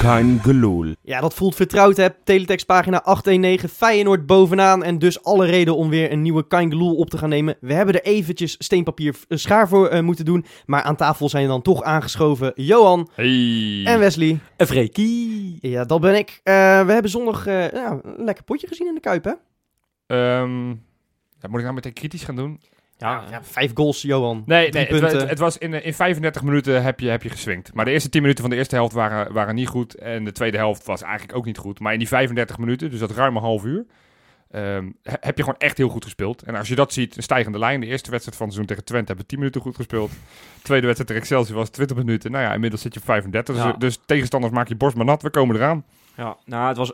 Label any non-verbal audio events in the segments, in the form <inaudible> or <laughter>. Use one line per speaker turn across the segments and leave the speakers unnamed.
kein geloel.
Ja, dat voelt vertrouwd hè. Teletext pagina 819, Feyenoord bovenaan en dus alle reden om weer een nieuwe Kangeloel op te gaan nemen. We hebben er eventjes steenpapier eh, schaar voor eh, moeten doen, maar aan tafel zijn dan toch aangeschoven Johan
Hey.
en Wesley.
Freekie.
Ja, dat ben ik. Eh, we hebben zondag eh, nou, een lekker potje gezien in de Kuip hè.
Ehm, ja, moet ik nou meteen kritisch gaan doen?
Ja, ja, vijf goals Johan.
Nee,
Drie
nee het, wa-
punten.
het- het was in, eh, in 35 minuten heb je, heb je geswingt. Maar de eerste 10 minuten van de eerste helft waren, waren niet goed. En de tweede helft was eigenlijk ook niet goed. Maar in die 35 minuten, dus dat ruime half uur, ehm, he- heb je gewoon echt heel goed gespeeld. En als je dat ziet, een stijgende lijn. De eerste wedstrijd van het seizoen tegen Twente hebben we 10 minuten goed <laughs> gespeeld. De tweede wedstrijd tegen Excelsior was 20 minuten. Nou ja, inmiddels zit je op 35. Dus-
Ja.
Dus, tegenstanders maak je borst maar nat. We komen eraan.
Ja, nou, het was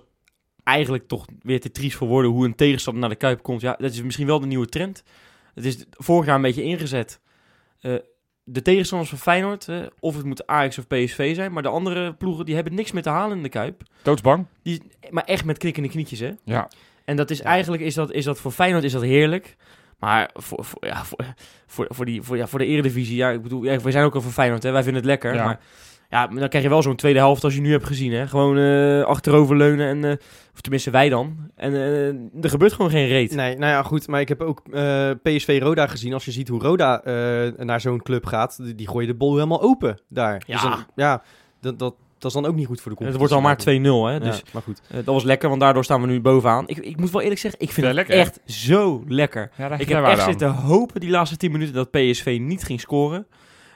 eigenlijk toch weer te triest voor woorden hoe een tegenstander naar de Kuip komt. Ja, dat is misschien wel de nieuwe trend. Het is vorig jaar een beetje ingezet. Eh, de tegenstanders van Feyenoord, eh, of het moet Ajax of PSV zijn, maar de andere ploegen die hebben niks meer te halen in de Kuip.
Doodsbang.
Maar echt met knikkende knietjes, hè?
Ja.
En dat is eigenlijk, is dat, is dat voor Feyenoord is dat heerlijk. Maar voor, voor, ja, voor, voor, voor, die, voor, ja, voor de Eredivisie, ja, ik bedoel, ja, we zijn ook al van Feyenoord, hè? wij vinden het lekker.
Ja.
Maar ja, maar dan krijg je wel zo'n tweede helft als je nu hebt gezien. Hè? Gewoon eh, achteroverleunen, en, eh, of tenminste wij dan. En eh, er gebeurt gewoon geen reet.
Nee, nou ja, goed. Maar ik heb ook eh, PSV Roda gezien. Als je ziet hoe Roda eh, naar zo'n club gaat, die, die gooien de bol helemaal open daar.
Ja.
Dus dan- ja dat, dat, dat is dan ook niet goed voor de
En Het
competitie.
wordt al maar 2-0, hè?
Ja,
dus
maar goed.
eh, dat was lekker, want daardoor staan we nu bovenaan. Ik, ik moet wel eerlijk zeggen, ik vind
Ja,
het
lekker, hè?
echt zo lekker.
Ja, daar
Ik
daar
heb
waren
echt
we aan.
zitten hopen die laatste 10 minuten dat PSV niet ging scoren.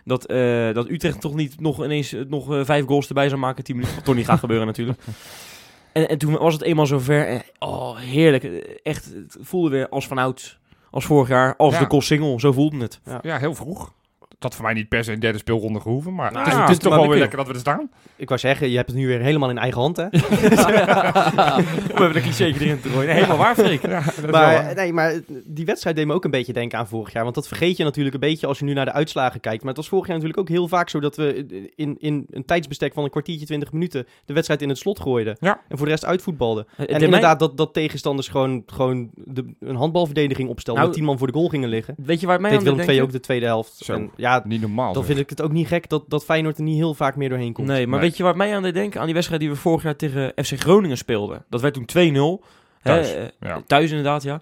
Dat, eh, dat Utrecht toch niet nog ineens eh, nog eh, vijf goals erbij zou maken in 10 minuten. Wat toch niet gaat gebeuren natuurlijk. En, en toen was het eenmaal zover. En, oh, heerlijk. Eh, Echt, het voelde weer als vanouds. Als vorig jaar, als
Ja.
de call single. Zo voelde het.
Ja, heel vroeg. Dat had voor mij niet per se een derde speelronde gehoeven. Maar
Nou
het is,
ja,
het is toch wel
maar
weer
lekker.
lekker dat we er staan.
Ik wou zeggen, je hebt het nu weer helemaal in eigen hand,
<laughs>
hè?
We hebben een cliché erin te gooien. Nee, helemaal waar, Freek. Eh,
Ja, dat is wel
maar,
waar.
nee, maar die wedstrijd deed me ook een beetje denken aan vorig jaar. Want dat vergeet je natuurlijk een beetje als je nu naar de uitslagen kijkt. Maar het was vorig jaar natuurlijk ook heel vaak zo dat we in, in een tijdsbestek van een kwartiertje, twintig minuten de wedstrijd in het slot gooiden.
Ja.
En voor de rest uitvoetbalden.
Het-
En
in mijn-
inderdaad, dat, dat tegenstanders gewoon, gewoon de, een handbalverdediging opstelden.
Nou,
met tien man voor de goal gingen liggen.
weet je waar het mij
Deed
aan doet
Willem II
denken?
ook de tweede helft.
Zo.
En ja,
Niet normaal.
dan
zeg.
vind ik het ook niet gek dat, dat Feyenoord er niet heel vaak meer doorheen komt.
Nee, maar
Nee.
weet je waar mij aan deed denken? Aan die wedstrijd die we vorig jaar tegen FC Groningen speelden. Dat werd toen 2-0. Hè,
Thuis,
eh,
ja.
Thuis inderdaad, ja.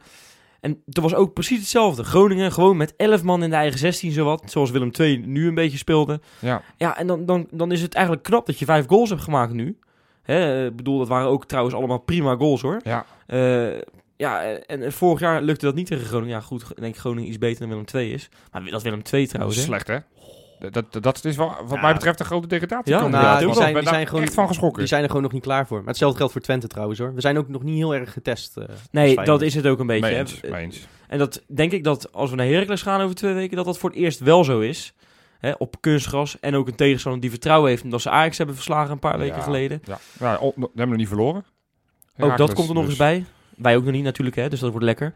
En toen was ook precies hetzelfde. Groningen gewoon met 11 man in de eigen 16 zowat. Zoals Willem II nu een beetje speelde.
Ja.
Ja, en dan, dan, dan is het eigenlijk knap dat je vijf goals hebt gemaakt nu. Hè, ik bedoel, dat waren ook trouwens allemaal prima goals hoor.
Ja.
Eh, ja, en, en vorig jaar lukte dat niet tegen Groningen. Ja, goed, ik denk Groningen iets beter dan Willem II is. Maar dat Willem II trouwens, hè. Oh.
Slecht, hè? Dat, dat, dat is wel, wat
Ja.
mij betreft een grote degradatie.
Ja,
Kan
nou,
dat
die
wel.
zijn-
Ik ben
die
daar
zijn gewoon-
echt van geschrokken.
Die zijn er gewoon nog niet klaar voor. Maar hetzelfde geldt voor Twente trouwens hoor. We zijn ook nog niet heel erg getest. eh, als
Nee,
Feyenoord.
dat is het ook een beetje.
Mee
hè.
eens, mee eens.
En dat denk ik dat als we naar Heracles gaan over twee weken, dat dat voor het eerst wel zo is. Hè, op kunstgras. En ook een tegenstander die vertrouwen heeft omdat ze Ajax hebben verslagen een paar weken
Ja.
geleden.
Ja. Ja, oh, we hebben nog niet verloren.
ook dat
Heracles,
komt er nog
dus.
eens bij. Wij ook nog niet natuurlijk, hè, dus dat wordt lekker.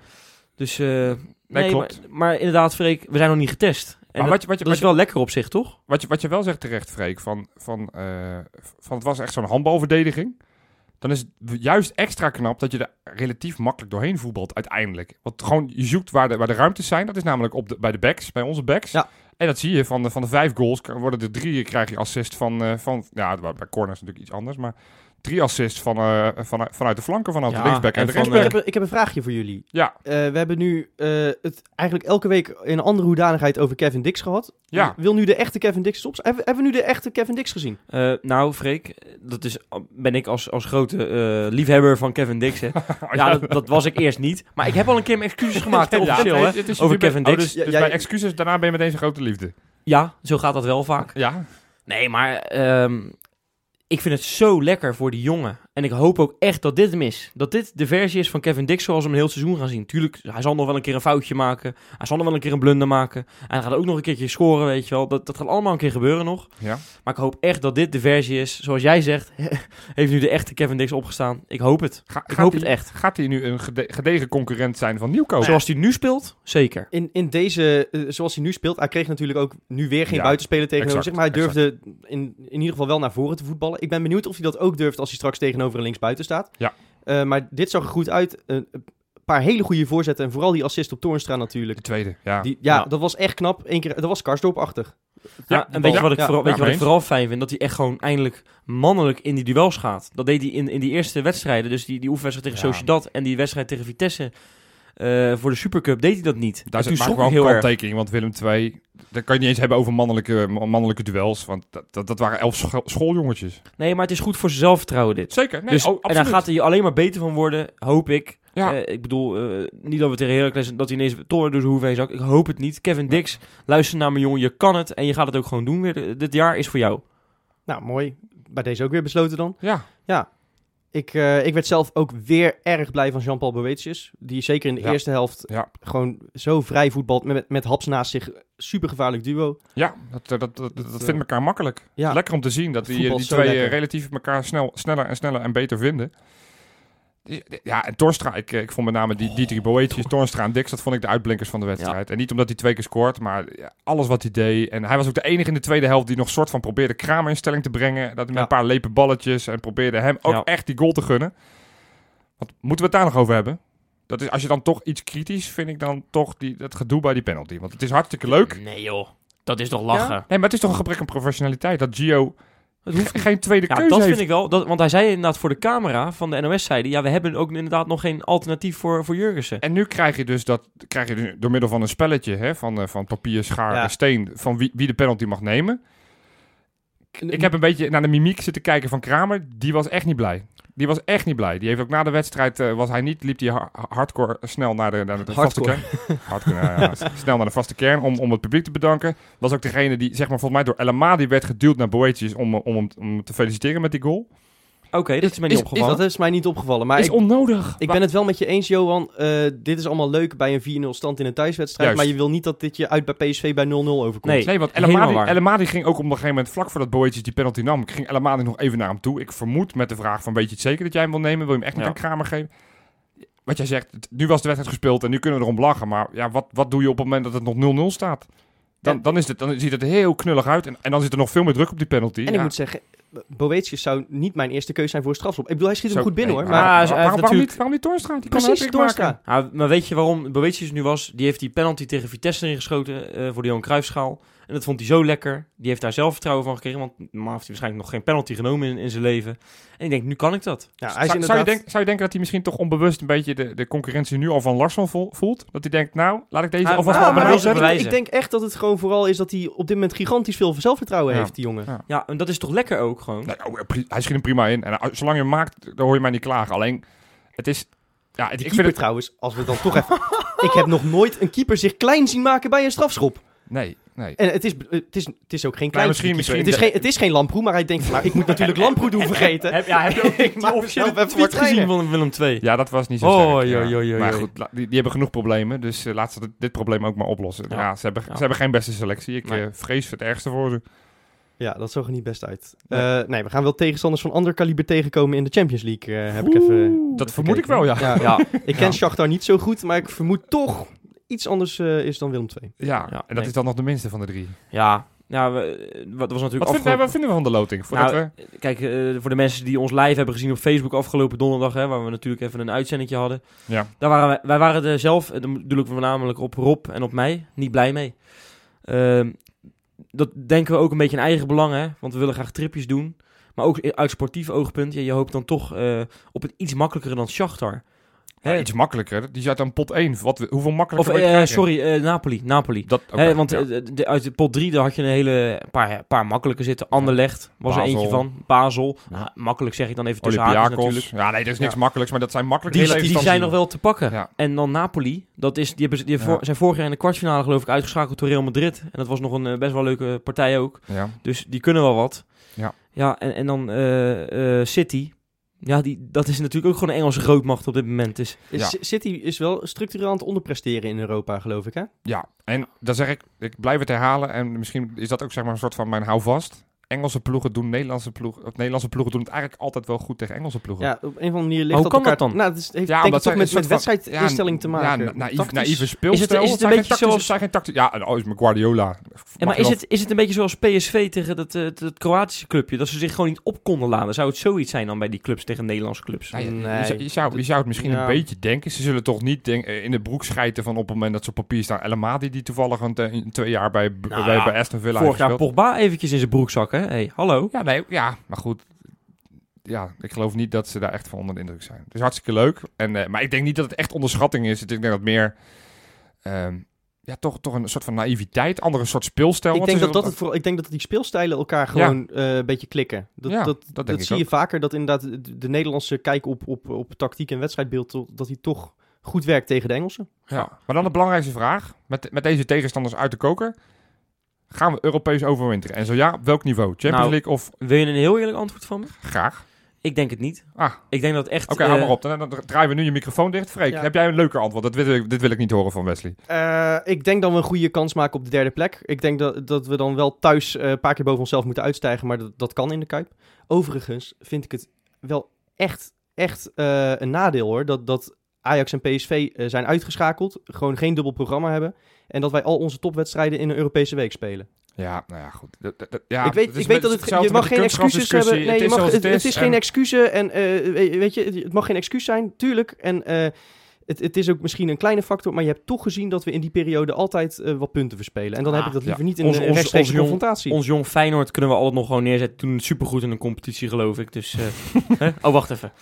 Dus eh, nee,
klopt.
Maar, maar inderdaad, Freek, we zijn nog niet getest. En
Maar
dat,
wat je, wat, je,
dat
wat,
is wel lekker op zich, toch?
je, wat, je, wat je wel zegt terecht, Freek, van, van, eh, van het was echt zo'n handbalverdediging. Dan is het juist extra knap dat je er relatief makkelijk doorheen voetbalt uiteindelijk. Want gewoon, je zoekt waar de, waar de ruimtes zijn. Dat is namelijk op de, bij de backs, bij onze backs.
Ja.
En dat zie je, van de, van de vijf goals k- worden er drie, krijg je assist van, eh, van ja, bij bij corners natuurlijk iets anders, maar drie assists van, eh, van, vanuit de flanken vanuit
Ja,
de linksback en,
en
de
van, eh,
Ik, ik, heb,
rechtsback.
een- ik heb een vraagje voor jullie.
Ja.
Eh, we hebben nu eh, het eigenlijk elke week in een andere hoedanigheid over Kevin Dix gehad.
Ja.
Wil nu de echte Kevin Dix stops? Hebben, hebben we nu de echte Kevin Dix gezien?
Eh, nou, Freek, dat is, ben ik als, als grote eh, liefhebber van Kevin Dix. Hè. <laughs>
<laughs>
ja, dat, dat was ik eerst niet. Maar ik heb al een keer mijn excuses gemaakt, hè,
Ja,
officieel,
nee,
hè,
dit is
over
je-
Kevin
oh,
Dix.
dus,
Ja,
dus
jij-
bij excuses, daarna ben je meteen zijn grote liefde.
Ja, zo gaat dat wel vaak.
Ja,
Nee, maar ehm, ik vind het zo lekker voor die jongen. En ik hoop ook echt dat dit hem is. Dat dit de versie is van Kevin Dix zoals we hem heel het seizoen gaan zien. Tuurlijk, hij zal nog wel een keer een foutje maken. Hij zal nog wel een keer een blunder maken. En hij gaat ook nog een keertje scoren, weet je wel. Dat, dat gaat allemaal een keer gebeuren nog.
ja.
Maar ik hoop echt dat dit de versie is, zoals jij zegt. <laughs> heeft nu de echte Kevin Dix opgestaan. Ik hoop het.
Ga-
Ik
gaat
hoop
hij- Oh.
het echt.
Gaat hij nu een gede- gedegen concurrent zijn van Nieuwkoop?
Zoals hij nu speelt, zeker.
In, in deze, eh, zoals hij nu speelt, hij kreeg natuurlijk ook nu weer geen
Ja,
buitenspeler tegenover zich.
exact,
Maar hij durfde in, in ieder geval wel naar voren te voetballen. Ik ben benieuwd of hij dat ook durft als hij straks tegenover een linksbuiten staat.
Ja.
Eh, maar dit zag er goed uit. Eh, Een paar hele goede voorzetten en vooral die assist op Toornstra natuurlijk.
de tweede, ja.
Die, ja,
Ja.
dat was echt knap. Eén keer, dat was Karsdorp-achtig.
Ja, en weet je wat ik,
Ja,
vooral, weet je wat ik
eens.
vooral fijn vind? Dat hij echt gewoon eindelijk mannelijk in die duels gaat. Dat deed hij in, in die eerste wedstrijden. Dus die, die oefenwedstrijd tegen
Ja.
Sociedad en die wedstrijd tegen Vitesse eh, voor de Supercup deed hij dat niet.
Daar
En toen
zit maar
schrok ik
wel een
heel erg.
kanttekening, want Willem II... Daar kan je niet eens hebben over mannelijke, mannelijke duels, want dat, dat, dat waren elf scho- schooljongetjes.
Nee, maar het is goed voor zijn zelfvertrouwen dit.
Zeker, nee,
dus,
oh,
en daar
absoluut.
gaat hij alleen maar beter van worden, hoop ik.
Ja.
Eh, ik bedoel, eh, niet dat we tegen Heracles... dat hij ineens toren door zijn hoeven heen zak. Ik hoop het niet. Kevin Dix, luister naar mijn jongen. Je kan het en je gaat het ook gewoon doen weer. De- Dit jaar is voor jou.
Nou, mooi. Bij deze ook weer besloten dan.
Ja,
Ik, eh, ik werd zelf ook weer erg blij van Jean-Paul Boetius. Die zeker in de
Ja.
eerste helft
Ja.
gewoon zo vrij voetbalt. Met, met Haps naast zich. Super gevaarlijk duo.
ja dat, dat, dat, dat, dat
eh,
vindt elkaar makkelijk.
Ja,
Lekker om te zien dat
Het
die,
voetbal
die
is zo
twee
lekker.
eh, relatief elkaar snel, sneller en sneller en beter vinden. Ja, en Torstra, ik, eh, ik vond met name die Dietrich Boetjes, Torstra en Dix, dat vond ik de uitblinkers van de wedstrijd. En niet omdat hij twee keer scoort, maar ja, alles wat hij deed. En hij was ook de enige in de tweede helft die nog soort van probeerde Kramer in stelling te brengen. Dat hij met
Ja.
een paar lepe balletjes en probeerde hem ook
Ja.
echt die goal te gunnen. Want moeten we het daar nog over hebben? Dat is, als je dan toch iets kritisch, vind ik dan toch die, dat gedoe bij die penalty. Want het is hartstikke leuk.
Nee joh, dat is toch
lachen?
Nee, maar het is toch een gebrek aan professionaliteit dat Gio
Het hoeft
geen tweede
Ja,
keuze
dat
heeft.
vind ik wel. Dat, want hij zei inderdaad voor de camera van de NOS zeiden... ja, we hebben ook inderdaad nog geen alternatief voor, voor Jurgensen.
En nu krijg je dus dat krijg je dus door middel van een spelletje hè, van, eh, van papier, schaar
Ja.
en steen van wie, wie de penalty mag nemen. Ik heb een beetje naar de mimiek zitten kijken van Kramer. Die was echt niet blij. Die was echt niet blij. Die heeft ook na de wedstrijd eh, was hij niet liep die ha- hardcore snel naar de, naar de vaste
Hardcore.
kern. Hardcore, nou ja, ja. <laughs> snel naar de vaste kern om, om het publiek te bedanken. Was ook degene die zeg maar volgens mij door Elma die werd geduwd naar Boetjes om, eh, om, hem- om hem te feliciteren met die goal.
Oké, dat is mij niet
Is- is-
opgevallen.
dat is mij niet opgevallen. Maar
is
ik,
onnodig.
ik ben het wel met je eens, Johan. Eh, dit is allemaal leuk bij een 4-0 stand in een thuiswedstrijd.
Juist.
Maar je wil niet dat dit je uit bij PSV bij 0-0 overkomt.
Nee.
Nee, want
Helemaal
Elamadi,
waar.
Elamadi ging ook op een gegeven moment vlak voordat Boetjes die penalty nam, ging Elamadi nog even naar hem toe. Ik vermoed met de vraag van weet je het zeker dat jij hem wil nemen? Wil je hem echt niet
Ja.
aan Kramer geven? Wat jij zegt, het- nu was de wedstrijd gespeeld en nu kunnen we erom lachen. Maar ja, wat, wat doe je op het moment dat het nog 0-0 staat? Dan,
En-
dan, is het, dan ziet het heel knullig uit en, en dan zit er nog veel meer druk op die penalty.
En
ja.
ik moet zeggen, Boetius zou niet mijn eerste keuze zijn voor strafschop. Ik bedoel, hij schiet hem
Zo-
dus goed binnen
nee,
hoor.
maar-
Maar
hij
waarom,
is- hij
waarom,
heeft
waarom
natuurlijk-
niet, waarom niet Toornstra? Die kan
precies,
een hat-trick maken.
Torstra.
Ja, maar weet je waarom Boetius nu was? Die heeft die penalty tegen Vitesse erin geschoten eh, voor de Johan Cruijffschaal. En dat vond hij zo lekker. Die heeft daar zelfvertrouwen van gekregen. Want normaal heeft hij waarschijnlijk nog geen penalty genomen in, in zijn leven. En ik denk, nu kan ik dat.
Ja, hij
Zou,
is
zou je
inderdaad...
denk- zou je denken dat hij misschien toch onbewust een beetje de, de concurrentie nu al van Larsson vo- voelt? Dat hij denkt, nou, laat ik deze
Ah,
alvast
maar
wel
nou,
maar
bewijzen,
ik- ik,
bewijzen.
denk echt dat het gewoon vooral is dat hij op dit moment gigantisch veel zelfvertrouwen
Ja.
heeft, die jongen.
Ja, en dat is toch lekker ook gewoon?
Nee, oh, pri- hij schiet hem prima in. En eh, zolang je hem maakt, dan hoor je mij niet klagen. Alleen, het is... Ja, het-
Die
ik
keeper
vind het...
trouwens, als we dan toch even... <laughs> ik heb nog nooit een keeper zich klein zien maken bij een strafschop.
Nee, nee.
En het is, het is, het is ook geen klein
misschien-
keeper.
misschien-
het, is geen, het is geen Lamproe, maar hij denkt van... Nou, ik moet
<laughs>
natuurlijk Lamproe doen vergeten.
Heb, ja, heb
<laughs>
je ook
Ik
die
maak
officiële
mezelf even
tweet
wat
gezien
kleiner.
van Willem II?
Ja, dat was niet zo
Oh,
sterk.
joh,
ja.
joh, joh,
maar
joh.
goed, la- die, die hebben genoeg problemen. Dus eh, laten ze dit, dit probleem ook maar oplossen.
Ja.
Ja, ze, hebben,
Ja.
ze hebben geen beste selectie. Ik
Nee.
eh, vrees het ergste voor ze.
Ja, dat zag er niet best uit.
Nee.
Eh, nee, we gaan wel tegenstanders van ander kaliber tegenkomen in de Champions League, eh, heb ik even...
Dat vermoed ik
gekeken.
wel, ja. Ja, <laughs>
Ja,
Ik ken Shakhtar niet zo goed, maar ik vermoed toch iets anders eh, is dan Willem II.
Ja,
en dat
nee.
is dan nog de minste van de drie.
ja. Nou, we- wat
Wat,
was natuurlijk
vind- nee,
afgelopen-
wat vinden we van de loting? Voordat
Nou,
we...
Kijk, eh, voor de mensen die ons live hebben gezien op Facebook afgelopen donderdag, hè, waar we natuurlijk even een uitzending hadden.
Ja.
Daar waren wij, wij waren er zelf, en dan bedoel ik voornamelijk op Rob en op mij, niet blij mee. Ehm, dat denken we ook een beetje in eigen belang, hè, want we willen graag tripjes doen. Maar ook i- uit sportief oogpunt, ja, je hoopt dan toch eh, op het iets makkelijkere dan Shakhtar.
Ja,
Hè,
iets makkelijker. Die zit aan pot 1. Wat, we- hoeveel
eh, of,
makkelijker
eh,
wil je krijgen?
sorry, eh, Napoli, Napoli.
Dat, oké,
Hè, want
ja.
eh, de- de- uit de pot 3 daar had je een hele een paar, een paar makkelijke zitten. Anderlecht was er
Basel.
eentje van. Basel.
Ja.
Nou, makkelijk zeg ik dan even tussen haakjes natuurlijk.
Olympiakos. Ja, nee, dat is niks
Ja.
makkelijks. Maar dat zijn makkelijke
Die, die
tegenstanders.
zijn nog wel te pakken.
Ja.
En dan Napoli. Dat is, die hebben, ze- die hebben
Ja.
voor- zijn vorig jaar in de kwartfinale geloof ik uitgeschakeld door Real Madrid. En dat was nog een eh, best wel leuke partij ook.
Ja.
Dus die kunnen wel wat.
Ja.
ja en, en dan eh, eh, City. Ja, die, dat is natuurlijk ook gewoon een Engelse grootmacht op dit moment. Dus
Is-
Ja.
C- City is wel structureel aan het onderpresteren in Europa, geloof ik, hè?
Ja, en dan zeg ik, ik blijf het herhalen en misschien is dat ook zeg maar een soort van mijn houvast. Engelse ploegen doen Nederlandse ploegen... Of Nederlandse ploegen doen het eigenlijk altijd wel goed tegen Engelse ploegen.
Ja, op een of andere manier ligt
hoe
dat
kan
elkaar...
dat dan?
Nou, het is, heeft
Ja,
denk ik
omdat
toch
zij een
met,
soort
met
van-
wedstrijdinstelling te maken.
Ja, na- naïef,
Tactisch.
naïeve
Is het-
speelstijl.
is het een
Zijn geen
beetje
tactische-
zoals-
zijn geen tactische... Ja, en oh, is mijn Guardiola.
En
Mag
maar
je
is
wel-
het, is het een beetje zoals PSV tegen dat, eh, dat Kroatische clubje? Dat ze zich gewoon niet op konden laden? Zou het zoiets zijn dan bij die clubs tegen Nederlandse clubs?
Nou, je, je
Nee.
zou, je, zou, je zou het misschien
Ja.
een beetje denken. Ze zullen toch niet denk- eh, in de broek schijten van op het moment dat ze op papier staan. El Amadi, die toevallig een, te- een twee jaar bij,
Nou
bij,
ja,
bij Aston Villa
Vorig
heeft
jaar
gespeeld.
Pogba eventjes in zijn broekzak, hè? hey, hallo.
Ja, nee, ja, maar goed. Ja, ik geloof niet dat ze daar echt van onder de indruk zijn. Het is hartstikke leuk. En, eh, maar ik denk niet dat het echt onderschatting is. Ik denk dat het meer... ehm, ja, toch, toch een soort van naïviteit. Andere soort speelstijl.
Ik
Want ze
denk dat, dat
zullen-
het vooral, ik denk dat die speelstijlen elkaar gewoon eh, een beetje klikken. Dat,
Ja,
dat,
dat
dat,
denk ik
zie je
ook.
vaker, dat inderdaad de, de Nederlandse kijk op, op, op tactiek en wedstrijdbeeld, to- dat die toch goed werkt tegen de Engelsen.
Ja. Maar dan de belangrijkste vraag. Met, met deze tegenstanders uit de koker. Gaan we Europees overwinteren? En zo ja, op welk niveau? Champions
Nou.
League of
Wil je een heel eerlijk antwoord van me?
graag?
Ik denk het niet.
Ah.
Ik denk dat echt...
Oké, hou
eh,
maar op. Dan, dan draaien we nu je microfoon dicht. Freek,
Ja.
heb jij een leuker antwoord? Dat wil ik, dit wil ik niet horen van Wesley.
Eh, ik denk dat we een goede kans maken op de derde plek. Ik denk dat, dat we dan wel thuis eh, een paar keer boven onszelf moeten uitstijgen, maar dat, dat kan in de Kuip. Overigens vind ik het wel echt, echt eh, een nadeel hoor, dat, dat Ajax en PSV eh, zijn uitgeschakeld, gewoon geen dubbel programma hebben en dat wij al onze topwedstrijden in een Europese week spelen.
Ja, nou ja, goed. Dat- dat- dat- ja,
ik weet,
is
ik weet
met-
dat het,
hetzelfde
je mag
met de
geen excuses hebben.
kunstgrasdiscussie.
Nee, je mag,
zoals
het, het is
en
geen excuus en eh, weet weet je, het mag geen excuus zijn, tuurlijk. En eh, het, het is ook misschien een kleine factor, maar je hebt toch gezien dat we in die periode altijd eh, wat punten verspelen. En dan heb ik dat
Ah,
liever niet in
Ons-
een
ons-
rechtstreekse
ons jong-
confrontatie.
Ons jong Feyenoord kunnen we altijd nog gewoon neerzetten. Toen supergoed in een competitie, geloof ik. Dus, eh, <laughs> hè? Oh, wacht even.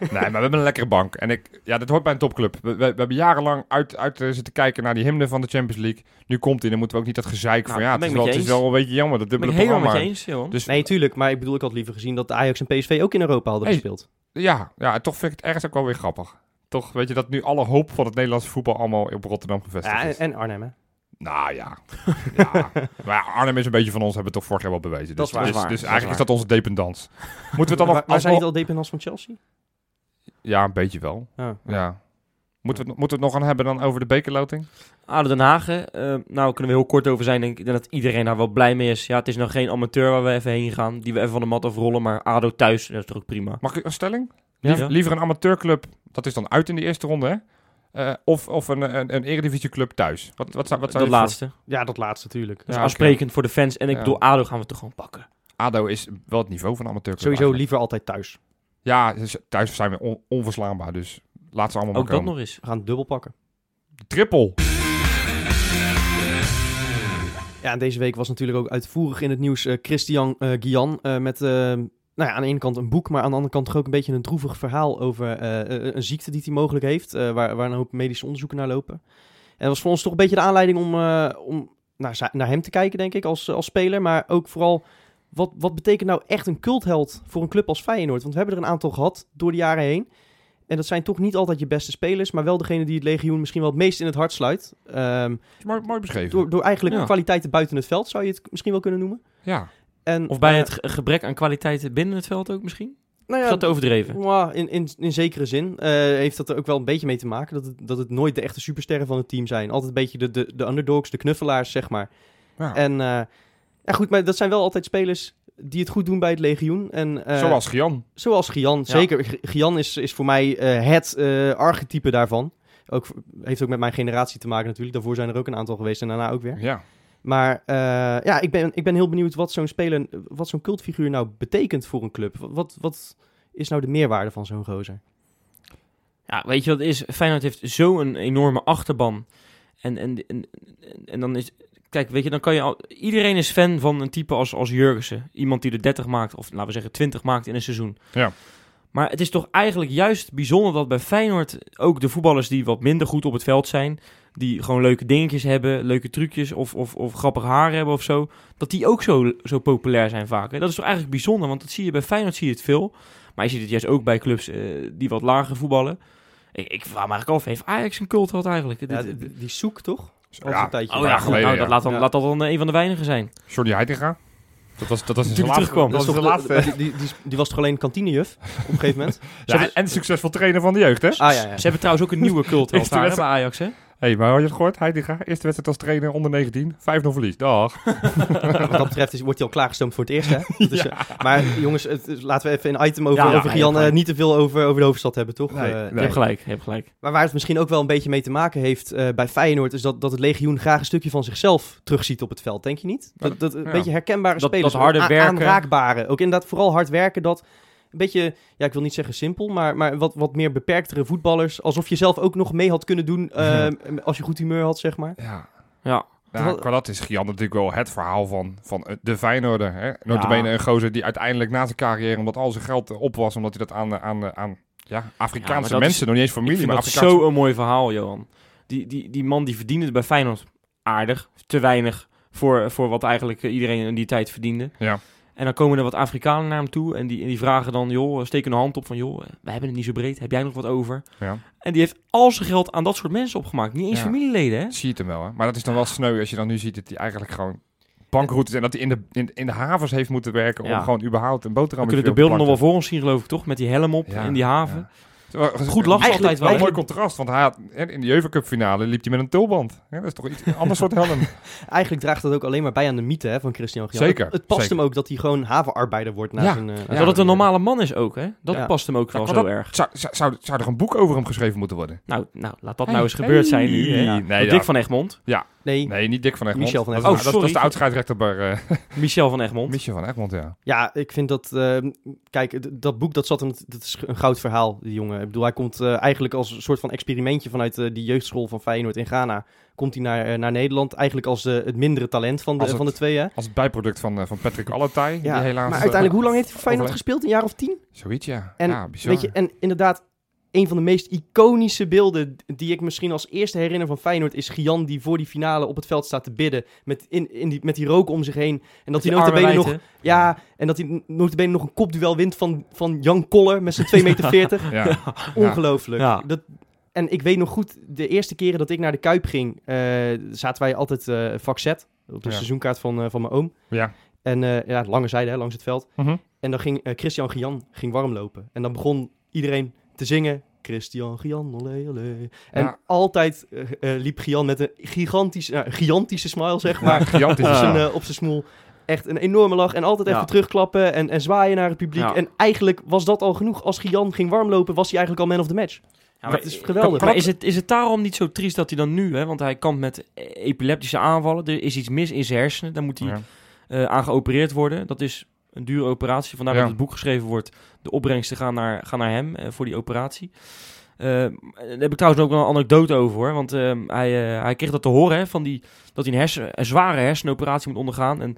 Nee, maar we hebben een lekkere bank. En ik, ja, dat hoort bij een topclub. We, we, we hebben jarenlang uit, uit eh, zitten kijken naar die hymne van de Champions League. Nu komt hij, dan moeten we ook niet dat gezeik
Nou,
van ja, het
ben
is,
ik
wel,
met
het
je
is wel een beetje jammer, dat
Ben ik
dubbele
helemaal met
programma.
je eens, Johan.
Dus
Nee, tuurlijk. Maar ik bedoel, ik had liever gezien dat Ajax en PSV ook in Europa hadden
Hey.
gespeeld.
Ja, ja, en toch vind ik het ergens ook wel weer grappig. Toch, weet je, dat nu alle hoop van het Nederlandse voetbal allemaal op Rotterdam gevestigd
Ja, en,
is.
en Arnhem, hè. <laughs>
Nou ja. ja. Maar ja, Arnhem is een beetje van ons, hebben we toch vorig jaar wel
Dat
bewezen. Dus,
is waar.
dus,
Dat is
dus
waar.
eigenlijk is dat onze dependans. Moeten we het
Maar,
dan nog...
maar
als
zijn niet
we-
al dependants van Chelsea?
Ja, een beetje wel.
Oh.
Ja. Moeten we, het, moeten we het nog aan hebben dan over de bekerloting?
ADO Den Haag, hè. Eh, nou kunnen we heel kort over zijn. Denk ik Ik denk dat iedereen daar wel blij mee is. Ja, het is nou geen amateur waar we even heen gaan, die we even van de mat afrollen. Maar ADO thuis, dat is toch ook prima.
Mag ik een stelling?
Ja.
Liever- Liever een amateurclub, dat is dan uit in de eerste ronde, hè? Eh, of of een, een, een eredivisieclub thuis. Wat, wat, zou- wat zou
dat
je voor-
laatste.
Ja, dat laatste natuurlijk.
Dat is
Ja,
Dus aansprekend voor de fans. En ik
Ja.
bedoel, ADO gaan we toch gewoon pakken.
ADO is wel het niveau van een amateurclub.
Sowieso
eigenlijk.
liever altijd thuis.
Ja, dus thuis zijn we on- onverslaanbaar, dus laat ze allemaal
ook
maar
dat
komen.
nog eens.
We gaan het dubbel pakken.
Triple.
Ja, en deze week was natuurlijk ook uitvoerig in het nieuws eh, Christian eh, Guian eh, met... eh, nou ja, aan de ene kant een boek, maar aan de andere kant toch ook een beetje een droevig verhaal over eh, eh, een ziekte die hij mogelijk heeft, eh, waar, waar een hoop medische onderzoeken naar lopen. En dat was voor ons toch een beetje de aanleiding om, eh, om naar, zi- naar hem te kijken, denk ik, als, eh, als speler. Maar ook vooral, wat, wat betekent nou echt een cultheld voor een club als Feyenoord? Want we hebben er een aantal gehad door de jaren heen. En dat zijn toch niet altijd je beste spelers, maar wel degene die het legioen misschien wel het meest in het hart sluit. Ehm,
Mooi, mooi beschreven.
door, door eigenlijk
Ja.
kwaliteiten buiten het veld, zou je het misschien wel kunnen noemen.
Ja.
En,
Of bij
eh,
het ge- gebrek aan kwaliteit binnen het veld ook misschien?
nou
Is
ja,
dat te overdreven?
mwah, in, in, in zekere zin eh, heeft dat er ook wel een beetje mee te maken. Dat het, dat het nooit de echte supersterren van het team zijn. Altijd een beetje de, de, de underdogs, de knuffelaars, zeg maar.
ja.
En eh, ja, goed, maar dat zijn wel altijd spelers die het goed doen bij het legioen. En, eh,
Zoals Gian.
Zoals Gian, zeker. G- Gian is, is voor mij eh, het eh, archetype daarvan. Ook, v- heeft ook met mijn generatie te maken natuurlijk. Daarvoor zijn er ook een aantal geweest en daarna ook weer.
Ja.
Maar eh, ja, ik ben, ik ben heel benieuwd wat zo'n speler, wat zo'n cultfiguur nou betekent voor een club. Wat, wat, wat is nou de meerwaarde van zo'n gozer?
Ja, weet je wat het is? Feyenoord heeft zo'n enorme achterban. En, en, en, en dan is... Kijk, weet je, dan kan je al... Iedereen is fan van een type als, als Jurgensen. Iemand die er 30 maakt, of laten we zeggen 20 maakt in een seizoen.
Ja.
Maar het is toch eigenlijk juist bijzonder dat bij Feyenoord ook de voetballers die wat minder goed op het veld zijn, die gewoon leuke dingetjes hebben, leuke trucjes of, of, of grappig haar hebben of zo, dat die ook zo, zo populair zijn vaak. hè. Dat is toch eigenlijk bijzonder, want dat zie je bij Feyenoord zie je het veel. Maar je ziet het juist ook bij clubs eh, die wat lager voetballen. Ik, ik vraag me eigenlijk af, heeft Ajax een cult wat eigenlijk?
Ja,
Dit-
die zoek toch? Al
ja.
een tijdje.
oh
paar
ja,
jaar
goed,
geleden,
nou,
ja.
dat laat, dan,
Ja.
laat dat dan een van de weinigen zijn.
Jordi Heitinga. Dat was, dat was
Toen
zijn
hij
laatste.
terugkwam.
Dat was
toch
de laatste.
Die, die, die, die was toch alleen kantinejuf op een gegeven moment?
Ja, en, en succesvol trainer van de jeugd, hè?
<laughs> Ah ja, ja.
<laughs>
Ze hebben trouwens ook een nieuwe cult
Is
daar
de
hè,
wedstrijd-
bij Ajax, hè?
hey, maar had je het gehoord? Heidegger, eerste wedstrijd als trainer onder 19. 5-0 verlies. Dag.
Wat dat betreft is, wordt hij al klaargestoomd voor het eerst. <laughs> Hè? Dus, eh, maar jongens, het, is- laten we even een item over,
Ja, ja,
over Gian.
ja, ja.
eh, niet te veel over, over de hoofdstad hebben, toch?
Nee,
Eh,
nee.
Je hebt gelijk, je hebt gelijk.
Maar waar het misschien ook wel een beetje mee te maken heeft eh, bij Feyenoord... is dat, dat het legioen graag een stukje van zichzelf terugziet op het veld, denk je niet? Dat, dat een
Ja.
beetje herkenbare
Dat-
spelers,
dat harde
a-
werken.
aanraakbare. Ook inderdaad vooral hard werken, dat een beetje... Ja, ik wil niet zeggen simpel, maar, maar wat, wat meer beperktere voetballers. Alsof je zelf ook nog mee had kunnen doen eh, als je goed humeur had, zeg maar.
Ja.
Ja.
Ja,
nou,
Wat-
qua dat is Gian natuurlijk wel het verhaal van, van eh, de Feyenoorder. Hè? Notabene
Ja.
een gozer die uiteindelijk na zijn carrière, omdat al zijn geld op was, omdat hij dat aan, eh, aan, eh, aan ja,
Ja, maar
Afrikaanse
dat
mensen,
is-
nog niet eens
Ik
familie,
vind
maar
dat
Afrikaanse...
zo een mooi verhaal, Johan. Die, die, die man die verdiende het bij Feyenoord aardig. Te weinig voor, voor wat eigenlijk eh, iedereen in die tijd verdiende.
Ja.
En dan komen er wat Afrikanen naar hem toe. En die, en die vragen dan, joh, steek een hand op van, joh, eh, wij hebben het niet zo breed. Heb jij nog wat over?
Ja.
En die heeft al zijn geld aan dat soort mensen opgemaakt. Niet eens
Ja.
familieleden, hè?
Zie je het hem wel, hè? Maar dat is dan wel sneu als je dan nu ziet dat hij eigenlijk gewoon bankroet is en dat hij in de, in, in de havens heeft moeten werken
Ja.
om gewoon überhaupt een boterham
We kunnen de beelden nog wel voor ons zien, geloof ik, toch? Met die helm op
Ja,
in die haven.
lach
Goed lachen ze
eh,
altijd wel,
Wel een
hè?
mooi contrast, want hij had, hè, in de Jeugdcup finale liep hij met een tulband. Hè, dat is toch iets een ander soort
<laughs>
helm.
Eigenlijk draagt dat ook alleen maar bij aan de mythe hè, van Christian Gian.
Zeker,
Het, het past
zeker.
hem ook dat hij gewoon havenarbeider wordt na
Ja,
zijn... eh, na
ja.
dat
zijn
het een
carrière.
normale man is ook, hè? Nou, Dat
Ja.
past hem ook
Ja,
wel zo
kan dat-
erg.
Zou, zou, zou, zou er een boek over hem geschreven moeten worden?
Nou, nou, laat dat
Hey,
nou eens gebeurd zijn
hey.
nu. hè?
Ja.
Door
Nee,
Dick
ja.
van Egmond.
Nee,
Nee, niet Dick van Egmond.
Michel van
Dat is-
Egmond.
Dat, is- dat is de
Oh,
oud-scheidsrechter bij... eh,
Michel van Egmond.
Michel van Egmond, ja.
Ja, ik vind dat. ehm, kijk, d- dat boek dat zat hem. Dat is een goud verhaal, die jongen. Ik bedoel, hij komt eh, eigenlijk als een soort van experimentje vanuit eh, die jeugdschool van Feyenoord in Ghana. Komt hij naar, eh, naar Nederland. Eigenlijk als eh, het mindere talent van de,
Als het-
van de twee, hè? Ja,
Als bijproduct van, eh, van Patrick Allartij, die helaas...
maar uiteindelijk, hoe lang heeft hij voor Feyenoord
overleed.
gespeeld? Een jaar of tien?
Zoiets, ja.
En,
ja, bizar.
eh,
Weet je, en inderdaad, een van de meest iconische beelden die ik misschien als eerste herinner van Feyenoord is Gian die voor die finale op het veld staat te bidden. Met, in, in die, met die rook om zich heen. En dat hij notabene nog Ja, en dat hij n- notabene nog een kopduel wint van, van Jan Koller met zijn 2,40 meter.
<laughs>
<laughs>
ja.
Ongelooflijk.
Ja.
Dat, en ik weet nog goed, de eerste keren dat ik naar de Kuip ging, eh, zaten wij altijd eh vak Z. Op de
Ja.
seizoenkaart van, eh, van mijn oom.
ja.
En eh, ja, lange zijde, hè, langs het veld.
Mhm.
En dan ging eh, Christian Gian ging warm lopen. En dan begon iedereen te zingen. Christian Gian, olé, olé. En
Ja.
altijd eh, eh, liep Gian met een gigantische, nou, een gigantische smile, zeg maar
Maar
<laughs>
gigantisch.
op
Ja.
zijn, eh, op zijn smoel. Echt een enorme lach. En altijd even
Ja.
terugklappen en, en zwaaien naar het publiek.
Ja.
En eigenlijk was dat al genoeg. Als Gian ging warmlopen, was hij eigenlijk al man of the match.
Ja,
dat is geweldig.
<laughs> Maar is het, is het daarom niet zo triest dat hij dan nu, hè, want hij kampt met eh, epileptische aanvallen. Er is iets mis in zijn hersenen, daar moet hij
Ja.
eh, aan geopereerd worden. Dat is een dure operatie, vandaar
Ja.
dat het boek geschreven wordt. De opbrengsten gaan naar, gaan naar hem eh, voor die operatie. Eh, daar heb ik trouwens ook wel een anekdote over hoor. Want eh, hij, eh, hij kreeg dat te horen hè, van die, dat hij een, hersen, een zware hersenoperatie moet ondergaan. En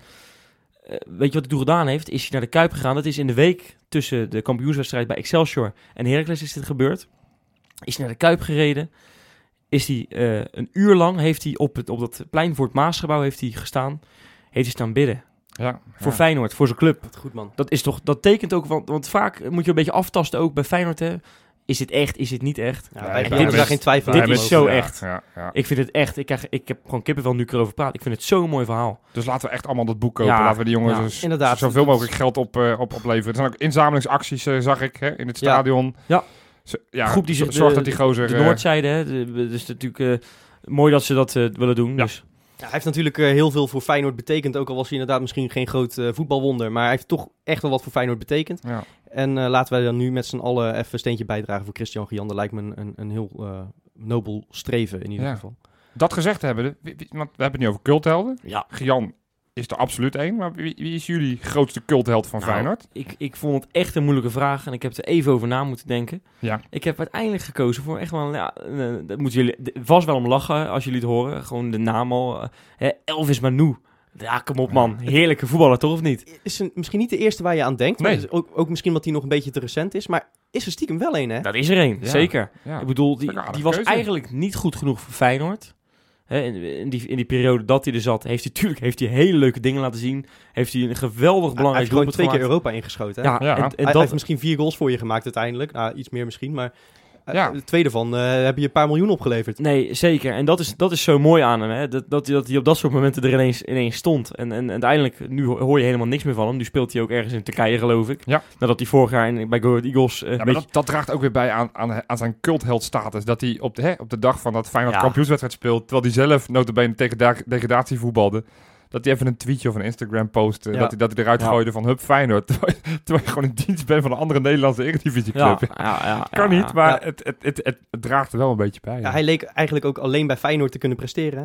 eh, weet je wat hij toen gedaan heeft? Is hij naar de Kuip gegaan. Dat is in de week tussen de kampioenswedstrijd bij Excelsior en Heracles is dit gebeurd. Is hij naar de Kuip gereden. Is hij eh, een uur lang heeft hij op, het, op dat plein voor het Maasgebouw heeft hij gestaan. Heeft hij staan bidden.
Ja.
Voor Feyenoord, voor zijn club.
Wat goed, man.
Dat is toch, dat tekent ook, want, want vaak moet je een beetje aftasten ook bij Feyenoord. Hè. Is dit echt, is dit niet echt?
Ja,
Ja,
wij-
hij
wij
is-
hebben daar geen twijfel
dit
aan
is
over.
zo
Ja,
echt.
Ja, ja.
Ik vind het echt, ik, krijg, ik heb gewoon kippenvel nu ik erover praat. Ik vind het zo'n mooi verhaal.
Dus laten we echt allemaal dat boek kopen.
Ja.
Laten we die jongens
Ja.
dus
Inderdaad.
zoveel mogelijk geld op, eh, op, opleveren. Er zijn ook inzamelingsacties, eh, zag ik, hè, in het
Ja.
stadion.
Ja.
Z- ja
Groep die zich
z- zorgt
de-
dat die gozer...
De
eh,
Noordzijde, hè, de- de- dus natuurlijk eh, mooi dat ze dat eh, willen doen.
Ja.
Dus.
Ja, hij heeft natuurlijk eh, heel veel voor Feyenoord betekend. Ook al was hij inderdaad misschien geen groot eh, voetbalwonder. Maar hij heeft toch echt wel wat voor Feyenoord betekend.
ja.
En eh, laten wij dan nu met z'n allen even een steentje bijdragen voor Christian Gian. Dat lijkt me een, een, een heel eh, nobel streven in ieder
Ja.
geval.
eh, Dat gezegd hebben, we, we- want we hebben het nu over culthelden.
Ja,
Gian is er absoluut één, maar wie, wie is jullie grootste cultheld van
Nou,
Feyenoord?
ik, ik vond het echt een moeilijke vraag en ik heb er even over na moeten denken.
Ja.
Ik heb uiteindelijk gekozen voor echt wel, ja, eh, dat moeten jullie d- vast wel om lachen als jullie het horen. Gewoon de naam al, eh, hè, Elvis Manu. Ja, kom op man. Heerlijke voetballer toch of niet?
Is een, misschien niet de eerste waar je aan denkt. maar
Nee.
is ook, ook misschien omdat hij nog een beetje te recent is. Maar is er stiekem wel een, hè?
Dat is er één,
Ja.
zeker.
Ja.
Ik bedoel, die,
Dat is een aardige
die was
keuze.
eigenlijk niet goed genoeg voor Feyenoord. Hè, in, in die, in die periode dat hij er zat, heeft hij natuurlijk heeft hij hele leuke dingen laten zien. Heeft hij een geweldig
hij
belangrijk
heeft gewoon
doelpunt
twee keer
gemaakt.
Europa ingeschoten. Hè?
Ja,
Ja.
en,
hij,
en
hij heeft
dat,
misschien vier goals voor je gemaakt uiteindelijk. Nou, iets meer misschien, maar
Ja.
Het tweede van eh, heb je een paar miljoen opgeleverd.
Nee, zeker. En dat is, dat is zo mooi aan hem. Hè? Dat, dat, dat hij op dat soort momenten er ineens, ineens stond. En, en uiteindelijk, nu hoor je helemaal niks meer van hem. Nu speelt hij ook ergens in Turkije, geloof ik.
Ja.
Nadat hij vorig jaar in, bij Go Ahead Eagles... eh, een
Ja, maar
beetje-
dat, dat draagt ook weer bij aan, aan, aan zijn cultheldstatus. Dat hij op de, hè, op de dag van dat Feyenoord
Ja.
kampioenswedstrijd speelt... terwijl hij zelf notabene tegen da- degradatie voetbalde... dat hij even een tweetje of een Instagram post... eh,
Ja.
dat, hij, dat hij eruit
Ja.
gooide van... hup Feyenoord, <laughs> terwijl je- terwijl je gewoon in dienst bent van een andere Nederlandse
ja,
eredivisieclub.
ja, ja, ja,
<laughs> Kan
ja.
niet, maar
Ja.
het, het, het, het, het draagt er wel een beetje bij.
Ja,
Ja,
hij leek eigenlijk ook alleen bij Feyenoord te kunnen presteren. hè?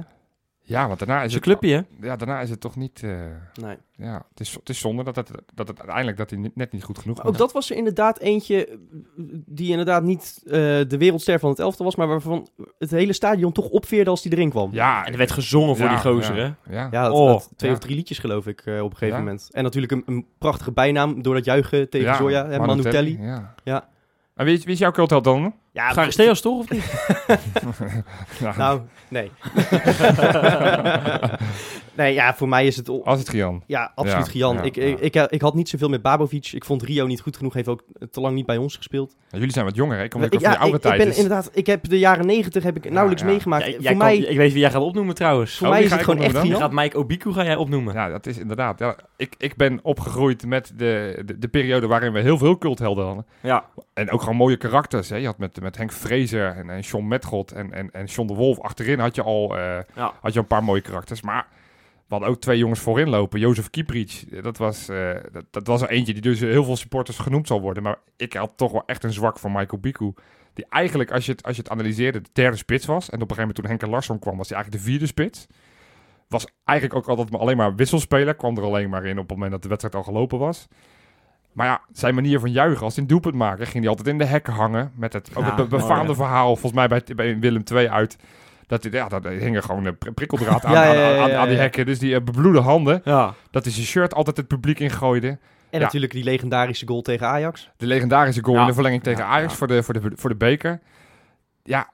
Ja, want daarna is,
Is een
het...
clubje, hè?
Ja, daarna is het toch niet... eh,
Nee.
ja, het is, het is zonde dat, het, dat het uiteindelijk dat hij ni- net niet goed genoeg
Maar
was.
Ook dat was er inderdaad eentje eh, die inderdaad niet eh, de wereldster van het elftal was, maar waarvan het hele stadion toch opveerde als die erin kwam.
Ja,
En er werd gezongen voor
Ja,
die gozer,
ja.
hè?
ja.
Ja, dat,
Oh,
dat twee
ja.
of drie liedjes geloof ik eh, op een gegeven
Ja.
moment. En natuurlijk een, een prachtige bijnaam door dat juichen tegen
Ja,
Zoya en Manutelli.
Ja.
Ja.
En wie, is- wie is jouw cultheld dan?
Ja,
Graag Steos, toch? Of niet?
<laughs> nou, nee. nee, ja, voor mij is het... o-
Als het Gian.
Ja, absoluut
Ja,
Gian.
ja,
ik,
ja.
Ik, ik, ik had niet zoveel met Babovic. Ik vond Rio niet goed genoeg. Heeft ook eh, te lang niet bij ons gespeeld. Eh,
Ja, jullie zijn wat jonger, hè? Ik kom natuurlijk
ja,
van die
ik,
oude
ik
tijd.
ben
dus-
inderdaad... Ik heb de jaren negentig heb ik nauwelijks
ja.
meegemaakt.
Jij-
voor
jij kan-
mij,
Ik weet wie jij gaat opnoemen, trouwens.
voor
Oh,
mij
die
is
Oh, ga
het
ik
gewoon echt
Je
opnoemen
Gian.
gaat Mike Obiku ga jij opnoemen.
Ja, dat is inderdaad. Ja, ik, ik ben opgegroeid met de, de, de periode waarin we heel veel culthelden hadden.
Ja.
En ook gewoon mooie karakters. Hè? Je had met, met Henk Fraser en, en John Metgod en, en, en John de Wolf. Achterin had je al eh,
Ja.
had je een paar mooie karakters. Maar we hadden ook twee jongens voorin lopen. Jozef Kieprits, dat was, eh, dat, dat was er eentje die dus heel veel supporters genoemd zal worden. Maar ik had toch wel echt een zwak voor Michael Biku. Die eigenlijk, als je het, als je het analyseerde, de derde spits was. En op een gegeven moment toen Henk Larsson kwam, was hij eigenlijk de vierde spits. Was eigenlijk ook altijd maar- alleen maar wisselspeler. Kwam er alleen maar in op het moment dat de wedstrijd al gelopen was. Maar ja, zijn manier van juichen, als hij een doelpunt maakte, ging hij altijd in de hekken hangen. Met het, ook het
Ja,
be-
mooi,
befaamde
hè?
verhaal, volgens mij bij, bij Willem II uit. Dat hij, ja, dat hij hing er gewoon een pri- prikkeldraad aan,
Ja, ja,
aan-
ja, ja,
aan, aan die
ja.
hekken. Dus die eh, bebloede handen,
Ja.
dat hij zijn shirt altijd het publiek ingooide.
En
Ja.
natuurlijk die legendarische goal tegen Ajax.
De legendarische goal
Ja.
in de verlenging tegen
Ja,
Ajax
ja.
Voor, de, voor, de, voor de beker. Ja,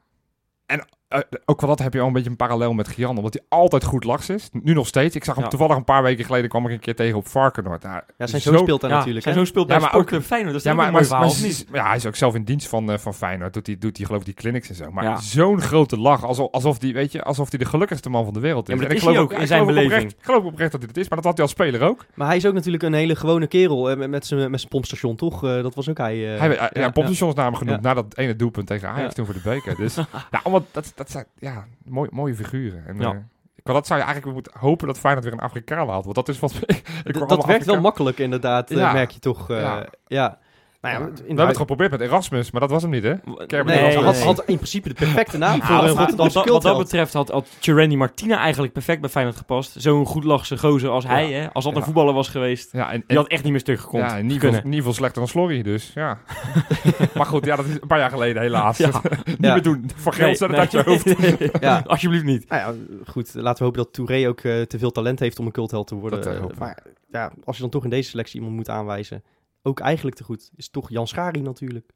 en eh, ook wel dat heb je al een beetje een parallel met Gian. Omdat hij altijd goed laks is. Nu nog steeds. Ik zag hem
Ja.
toevallig een paar weken geleden, kwam ik een keer tegen op Varkenoord. Nou,
Ja, zijn
zo-
zoon speelt daar
Ja,
natuurlijk.
zijn
hè?
zoon speelt bij
Ja, maar ook-
Sportclub Feyenoord. Dat
Ja,
is ja,
maar,
een mooi
maar,
verhaal,
maar
of
ze-
niet?
ja, hij is ook zelf in dienst van, eh, van Feyenoord. Doet hij, doet hij geloof ik die clinics en zo. Maar
Ja.
zo'n grote lach. Alsof, alsof, die, weet je, alsof die de gelukkigste man van de wereld is.
Ja, maar
En
dat
ik
is hij
geloof
ook in zijn
ik geloof
beleving.
Oprecht, ik geloof oprecht dat hij dat is. Maar dat had hij als speler ook.
Maar hij is ook natuurlijk een hele gewone kerel eh, met- met zijn met zijn pompstation, toch? Eh, dat was ook hij. eh,
hij werd- ja,
ja,
Pompstation is namelijk genoemd
Ja.
na dat ene doelpunt tegen Ajax
Ja.
toen voor de beker. Dus ja, allemaal, dat, dat zijn ja, mooie, mooie figuren. En,
Ja.
eh, ik wou- dat zou je eigenlijk moeten hopen dat Feyenoord weer een Afrikaan haalt. Want dat is wat... <laughs> ik hoor
D-
allemaal
dat werkt wel
Afrikaan-
makkelijk, inderdaad, eh,
Ja.
merk je toch. eh,
Ja.
ja. Nou ja,
Ja.
maar
We
inderdaad-
hebben het geprobeerd met Erasmus, maar dat was hem niet, hè? Kermit
Nee, Ah,
Nee,
had,
nee.
had in principe de perfecte naam
Nou,
voor een
wat-
Rotterdamse
wat, wat dat
cultheld.
betreft had, had Randy Martina eigenlijk perfect bij Feyenoord gepast. Zo'n goed lachse gozer als hij, hè? als dat een
Ja.
voetballer was geweest.
Ja, en, en-
Die had echt niet meer stuk gekomen.
Ja, niet veel,
kunnen.
niet veel slechter dan Slorry, dus
<laughs>
ja. maar goed, ja, dat is een paar jaar geleden helaas.
Ja.
<laughs> niet
Ja.
meer doen. Voor geld
Nee,
zet het
nee.
uit je
<laughs>
hoofd. <laughs>
Ja.
Alsjeblieft niet.
Nou ja, goed, laten we hopen dat Touré ook eh, te veel talent heeft om een cultheld te worden.
Dat, eh, hopen we.
maar ja, als je dan toch in deze selectie iemand moet aanwijzen, ook eigenlijk te goed, is toch Jan Schari natuurlijk.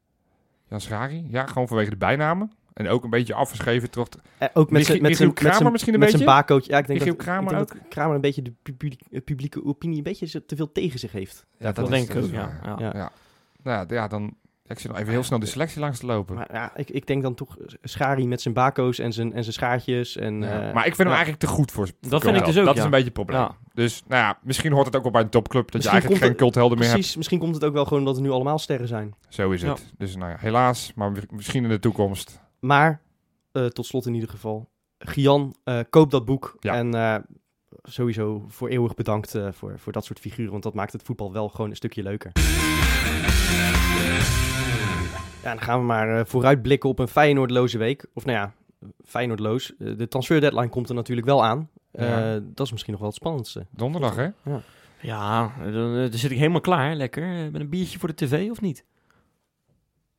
Jan Schari, ja, gewoon vanwege de bijnamen. En ook een beetje afgeschreven. Toch,
Eh, ook met
Michiel-
zijn met
Michiel
zijn- met
Kramer
zijn-
misschien een
met
beetje?
zijn bakootje. Ja, ik denk,
Michiel
dat,
Kramer
ik denk dat Kramer een beetje de publiek- eh, publieke opinie een beetje z- te veel tegen zich heeft.
ja,
Dat,
is-
denk ik
is
ook, ja.
waar.
ja.
Ja.
Nou ja, ja, dan... Ik zit nog even heel snel de selectie langs te lopen.
Maar ja, ik, ik denk dan toch eh, Schari met zijn bako's en zijn, en zijn schaartjes. En,
Ja,
eh,
maar ik vind hem
ja.
eigenlijk te goed voor voor
Dat vind ik
cultheld.
dus ook,
Dat is
ja.
een beetje het probleem.
Ja.
Dus nou ja, misschien hoort het ook al bij een topclub... dat
Misschien
je eigenlijk
komt
geen culthelden meer hebt.
Precies, misschien komt het ook wel gewoon omdat er nu allemaal sterren zijn.
Zo is
Ja.
het. Dus nou ja, helaas. Maar misschien in de toekomst.
Maar, eh, tot slot in ieder geval, Gian, eh, koop dat boek.
Ja.
En eh, sowieso voor eeuwig bedankt eh, voor, voor dat soort figuren, want dat maakt het voetbal wel gewoon een stukje leuker. Ja, dan gaan we maar eh, vooruitblikken op een Feyenoordloze week. Of nou ja, Feyenoordloos. Eh, de transfer deadline komt er natuurlijk wel aan. Eh,
Ja.
Dat is misschien nog wel het spannendste.
Donderdag, hè?
Ja, dan, eh, dan zit ik helemaal klaar. Lekker. Eh, Met een biertje voor de tv of niet?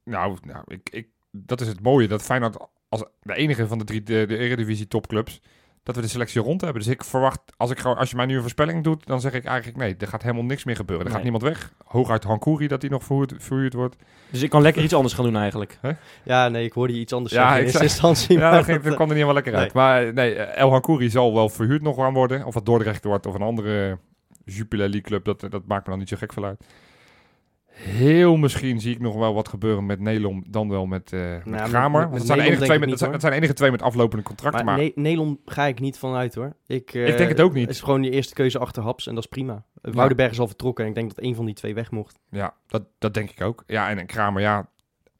Nou, nou ik, ik, dat is het mooie. Dat Feyenoord als de enige van de drie de, de Eredivisie topclubs... dat we de selectie rond hebben. Dus ik verwacht, als, ik, gewoon- als je mij nu een voorspelling doet... dan zeg ik eigenlijk nee, er gaat helemaal niks meer gebeuren. Er
Nee.
gaat niemand weg. Hooguit Hankouri dat hij nog verhuurd, verhuurd wordt.
Dus ik kan lekker iets anders gaan doen eigenlijk.
Ja, nee, ik hoorde je iets anders
Ja,
zeggen in
ik
eerste
zei-
instantie.
<laughs> Ja,
maar
dat, ging,
dat, eh,
dat kwam er niet helemaal lekker uit. Maar nee, eh, El Hankouri zal wel verhuurd nog gaan worden. Of het Dordrecht wordt of een andere eh, Jupiler League club. Dat, dat maakt me dan niet zo gek veel uit. Heel misschien zie ik nog wel wat gebeuren met Nelom, dan wel met, eh met
Nou, met-
Kramer.
met
Want het, zijn de
Nelom
enige
denk
twee
ik
met,
niet,
het, zijn,
hoor.
het zijn de enige twee met aflopende contracten.
Maar,
Maar,
Ne- Nelom ga ik niet vanuit hoor. Ik, eh,
Ik denk het ook niet.
Het is gewoon de eerste keuze achter Haps en dat is prima.
Ja.
Woudenberg is al vertrokken en ik denk dat één van die twee weg mocht.
ja, dat, dat denk ik ook. Ja, en, en Kramer, ja,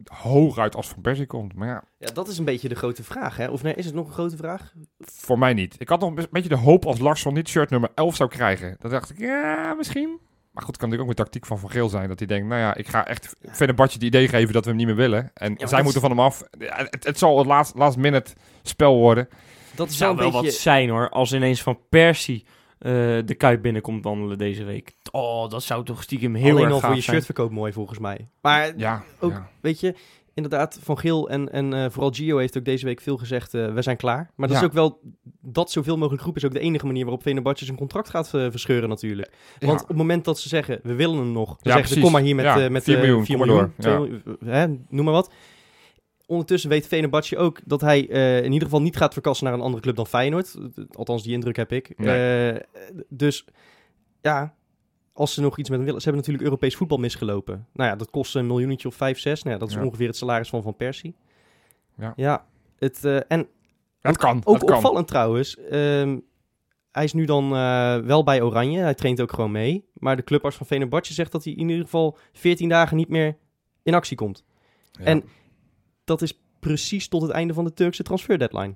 hooguit als Van Persie komt. Maar ja,
Ja, dat is een beetje de grote vraag hè. Of nee, is het nog een grote vraag?
voor mij niet. Ik had nog een beetje de hoop als Larsson niet shirt nummer 11 zou krijgen. Dan dacht ik, ja, misschien. Maar goed, het kan natuurlijk ook met tactiek van Van Geel zijn. Dat hij denkt, nou ja, ik ga echt Fenerbahce het idee geven dat we hem niet meer willen. En
maar dat
zij moeten van hem af. Ja, Het, het zal het last, last minute spel worden.
Dat is
zou
wel
wel
een beetje...
wat zijn hoor, als ineens Van Persie eh, de Kuip binnenkomt wandelen deze week. Oh, dat zou toch stiekem heel
Alleen
erg
al
gaaf
voor je
zijn.
shirtverkoop mooi volgens mij. Maar
Ja,
Ook-
ja.
weet je, inderdaad, Van Geel en, en eh, vooral Gio heeft ook deze week veel gezegd, eh, we zijn klaar. Maar dat
Ja.
is ook wel, dat zoveel mogelijk groep is ook de enige manier waarop Fenerbahce zijn contract gaat eh, verscheuren natuurlijk. Want
Ja.
op het moment dat ze zeggen, we willen hem nog, dan zeggen
precies.
ze, kom maar hier met,
Ja,
eh, met
4
eh,
miljoen,
4
kom maar
miljoen,
door.
twee miljoen, eh, hè, noem maar wat. Ondertussen weet Fenerbahce ook dat hij eh, in ieder geval niet gaat verkassen naar een andere club dan Feyenoord. Althans, die indruk heb ik. Eh, dus ja, als ze nog iets met hem willen. Ze hebben natuurlijk Europees voetbal misgelopen. Nou ja, dat kost een miljoentje of vijf, zes. Nou ja, dat is
Ja.
ongeveer het salaris van Van Persie.
Ja.
ja het, eh, en
Dat kan.
ook
dat kan.
opvallend trouwens. ehm, hij is nu dan eh, wel bij Oranje. Hij traint ook gewoon mee. Maar de clubarts van Venerbatje zegt dat hij in ieder geval 14 dagen niet meer in actie komt.
Ja.
En- Dat is precies tot het einde van de Turkse transferdeadline.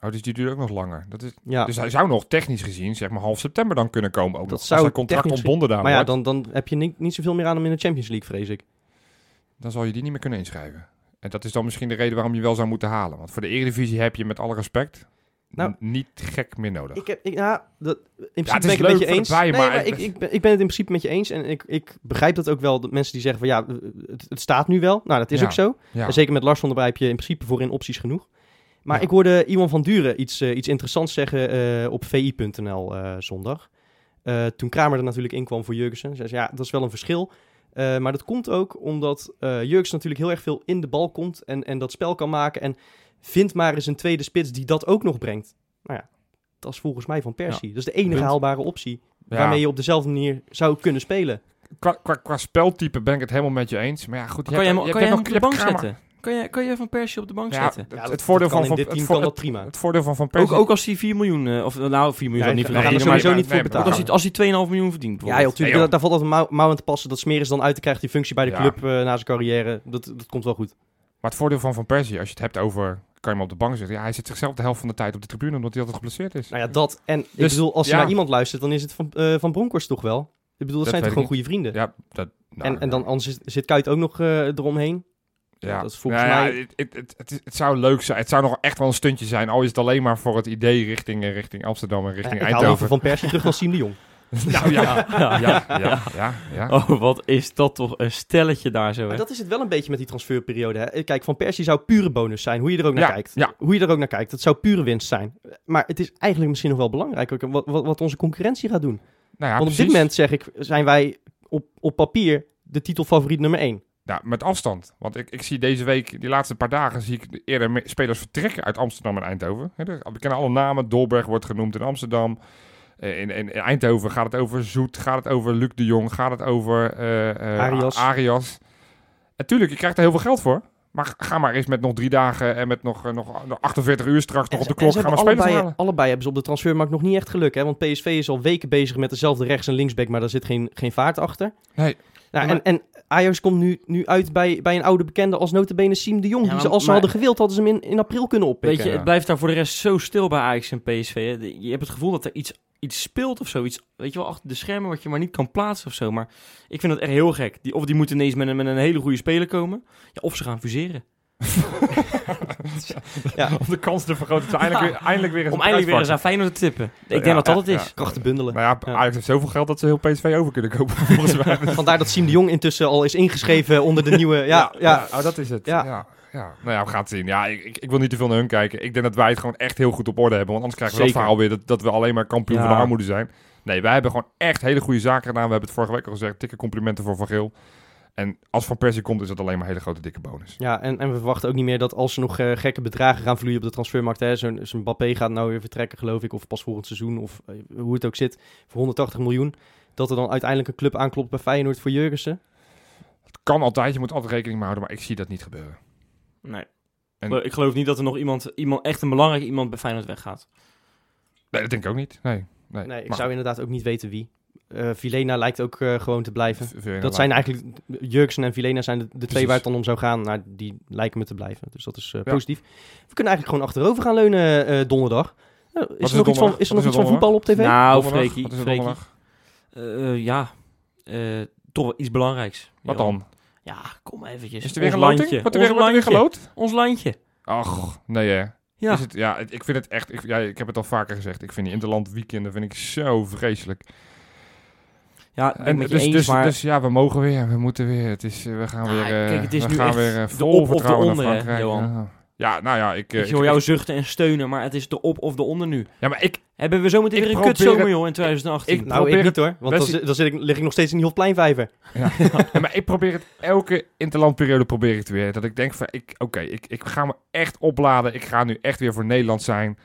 Oh, dus die duurt ook nog langer. Dat is,
Ja.
Dus hij zou nog technisch gezien, zeg maar half september dan kunnen komen. Ook
Dat
nog,
zou
als zijn contract
technisch-
ontbonden daar
maar ja,
wordt,
dan, dan heb je niet, niet zoveel meer aan hem in de Champions League, vrees ik.
dan zal je die niet meer kunnen inschrijven. En dat is dan misschien de reden waarom je wel zou moeten halen. Want voor de Eredivisie heb je met alle respect
Nou-
n- niet gek meer nodig.
Ik heb, ik, ja, dat, in principe
het is
ben ik
leuk
het met je
voor de
eens.
bijen,
nee,
maar-
maar ik, ik, ben, ik ben het in principe met je eens. En ik, ik begrijp dat ook wel. Dat mensen die zeggen van ja, het, het staat nu wel. Nou, dat is
Ja.
ook zo.
ja.
En Zeker met Lars van der Brij heb je in principe voorin opties genoeg. Maar
Ja.
ik hoorde iemand van Duren iets, eh, iets interessants zeggen eh, op vi.nl eh, zondag. Eh, toen Kramer er natuurlijk inkwam voor Jurgensen. Zei ze, ja, dat is wel een verschil. Eh, maar dat komt ook omdat eh Jurgensen natuurlijk heel erg veel in de bal komt en, en dat spel kan maken. En vind maar eens een tweede spits die dat ook nog brengt. Nou ja, dat is volgens mij van Persie. Dat is de enige
Punt.
haalbare optie
Ja.
waarmee je op dezelfde manier zou kunnen spelen.
Qua, qua, qua speltype ben ik het helemaal met je eens. Maar ja, goed.
Kan je hem,
hebt-
kan je hem
hebt
op
nog-
de bank
hebt Kramer.
zetten? Kan je, kan je Van Persie op de bank
Ja,
zetten?
het-
Ja, dat-
het voordeel
dat kan
van
in
Van
dit team
het vo-
kan dat prima.
het voordeel van Van
Ook,
Persie.
ook als hij 4 miljoen, eh, of nou 4 miljoen
Ja,
dan niet
we
verdienen,
gaan er
maar-
sowieso niet
nee,
voor
maar-
Ook
betalen.
als hij, als hij 2,5 miljoen verdient
Ja, joh,
bijvoorbeeld.
tuurlijk,
Nee, joh.
daar valt altijd mouw, mouw aan te passen. Dat Smeris dan uit te krijgt die functie bij de
Ja.
club eh, na zijn carrière. Dat, dat komt wel goed.
Maar het voordeel van Van Persie, als je het hebt over, kan je hem op de bank zetten. Ja, hij zit zichzelf de helft van de tijd op de tribune omdat hij altijd geblesseerd is.
Nou ja, dat. En ik
Dus,
bedoel, als je
ja.
naar iemand luistert, dan is het van, eh van Bronkhorst toch wel? Ik bedoel, dat,
Dat
zijn toch
weet
gewoon
ik
goede vrienden?
Ja, dat. nou,
en, en dan anders is- zit Kuit ook nog eh, eromheen. Ja, dat is volgens
Nou ja,
mij-
het, het, het, het is- het zou leuk zijn. Het zou nog echt wel een stuntje zijn. Al is het alleen maar voor het idee richting, eh, richting Amsterdam en
Ja,
richting
ik haal
Eindhoven.
even van Persie terug naar Siem
<laughs>
de Jong. <laughs>
Nou ja, ja, ja, ja. ja,
Oh, wat is dat toch een stelletje daar zo, hè?
Maar dat is het wel een beetje met die transferperiode. Hè? Eh, Kijk, Van Persie zou pure bonus zijn, hoe je er ook naar
Ja,
kijkt.
ja.
Hoe je er ook naar kijkt, dat zou pure winst zijn. Maar het is eigenlijk misschien nog wel belangrijker ook wat, wat, wat onze concurrentie gaat doen.
Nou ja,
Want op dit
precies.
moment, zeg ik, zijn wij op, op papier de titelfavoriet nummer 1.
Ja, met afstand. Want ik, ik zie deze week, die laatste paar dagen, zie ik eerder me- spelers vertrekken uit Amsterdam en Eindhoven. Hè, de- We kennen alle namen. Dolberg wordt genoemd in Amsterdam. Eh, In, in, in Eindhoven gaat het over Zoet, gaat het over Luc de Jong, gaat het over eh, eh,
Arias.
A- Arias. Natuurlijk, je krijgt er heel veel geld voor. Maar ga- ga maar eens met nog drie dagen en met nog, eh, nog nog 48 uur straks nog op de klok. Ga maar spelers
allebei,
halen.
allebei hebben ze op de transfermarkt nog niet echt geluk. Hè? Want PSV is al weken bezig met dezelfde rechts- en linksback, maar daar zit geen, geen vaart achter.
Nee.
Nou,
Ja,
en, en Ajax komt nu, nu uit bij, bij een oude bekende als notabene Siem de Jong.
Ja,
die ze,
maar-
als ze
maar-
hadden gewild, hadden ze hem in, in april kunnen oppikken.
Weet je, het blijft daar voor de rest zo stil bij Ajax en PSV. Hè? De- Je hebt het gevoel dat er iets, iets speelt of zo. Iets, weet je wel, achter de schermen wat je maar niet kan plaatsen of zo. Maar ik vind dat echt heel gek. Die, of die moeten ineens met een, met een hele goede speler komen. Ja, of ze gaan fuseren.
Ja.
<laughs> Om de kans te vergroten. dat ze eindelijk weer, eindelijk weer eens
Om
een
eindelijk weer eens
prijs
aan Feyenoord te tippen. Ik denk
Ja,
dat dat het
ja,
is.
Krachten bundelen.
pakken. Nou ja, Ajax heeft zoveel geld dat ze heel PSV over kunnen kopen. <laughs> Volgens mij.
Vandaar dat Siem de Jong intussen al is
<laughs>
ingeschreven onder de nieuwe... Ja, ja,
Oh, dat is het.
Ja.
Ja. Ja. Nou ja, we gaan het zien. Ja, ik, ik, ik wil niet te veel naar hun kijken. Ik denk dat wij het gewoon echt heel goed op orde hebben. Want anders krijgen we dat
Zeker.
verhaal weer dat, dat we alleen maar kampioen van
Ja.
de armoede zijn. Nee, wij hebben gewoon echt hele goede zaken gedaan. We hebben het vorige week al gezegd. Dikke complimenten voor Van Geel. En als Van Persie komt, is dat alleen maar hele grote dikke bonus.
Ja, en, en we verwachten ook niet meer dat als er nog eh, gekke bedragen gaan vloeien op de transfermarkt. hè, Zo'n zo'n Mbappé gaat nou weer vertrekken, geloof ik. Of pas volgend seizoen, of eh, hoe het ook zit. Voor 180 miljoen. Dat er dan uiteindelijk een club aanklopt bij Feyenoord voor Jurgensen.
Het kan altijd, je moet altijd rekening mee houden, maar ik zie dat niet gebeuren.
Nee.
En-
Ik geloof niet dat er nog iemand, iemand echt een belangrijk iemand bij Feyenoord weggaat.
Nee, dat denk ik ook niet. Nee, nee.
Nee, ik
Maar
zou inderdaad ook niet weten wie. Eh Vilena lijkt ook eh, gewoon te blijven.
goed, veel inderdaad.
Dat zijn eigenlijk, Jurksen en Vilena zijn de, de twee
Precies.
waar het dan om zou gaan. Nou, die lijken me te blijven, dus dat is eh,
Ja.
positief. We kunnen eigenlijk gewoon achterover gaan leunen eh, donderdag. Eh, is er nog
donderdag?
iets van, is er nog
Wat is er
iets van
donderdag?
voetbal op tv?
Nou,
Donderdag?
Freekie.
Wat is er
Freekie.
donderdag?
Eh, eh, ja, Eh, toch wel iets belangrijks.
Wat
Johan.
dan?
Ja, kom eventjes.
Is er weer
Ons
een loting?
landje.
Wordt er
Ons
weer, wordt er weer
landje.
geloot?
Ons landje.
Ach, nee hè.
Ja.
Is het, ja, het- ik vind het echt, ik, ja, ik heb het al vaker gezegd, ik vind die Interland weekenden vind ik zo vreselijk.
Ja, ik ben
En
met je
dus,
eens,
dus,
maar
dus ja, we mogen weer, we moeten weer. Het is, eh, we gaan
Ah,
weer, eh,
kijk, het is
we
nu
gaan
echt
weer eh,
de op
vol
of de
vertrouwen
onder, hè,
naar Frankrijk.
Johan?
Ja. Ja, nou ja, ik, eh,
ik
ik,
hoor
ik-
jou zuchten en steunen, maar het is de op of de onder nu.
ja, maar ik, <laughs>
Hebben we zometeen
Ik
weer een
probeer
kutzomer,
het-
joh, in 2018.
ik-
nou, ik
probeer
niet hoor, want dan,
Wesley-
zit- dan zit ik, lig ik nog steeds in die Hofpleinvijver.
ja, maar ik probeer het elke interlandperiode probeer ik het weer. Dat ik denk van, ik, oké, ik, ik ga me echt opladen. Ik ga nu echt weer voor Nederland zijn.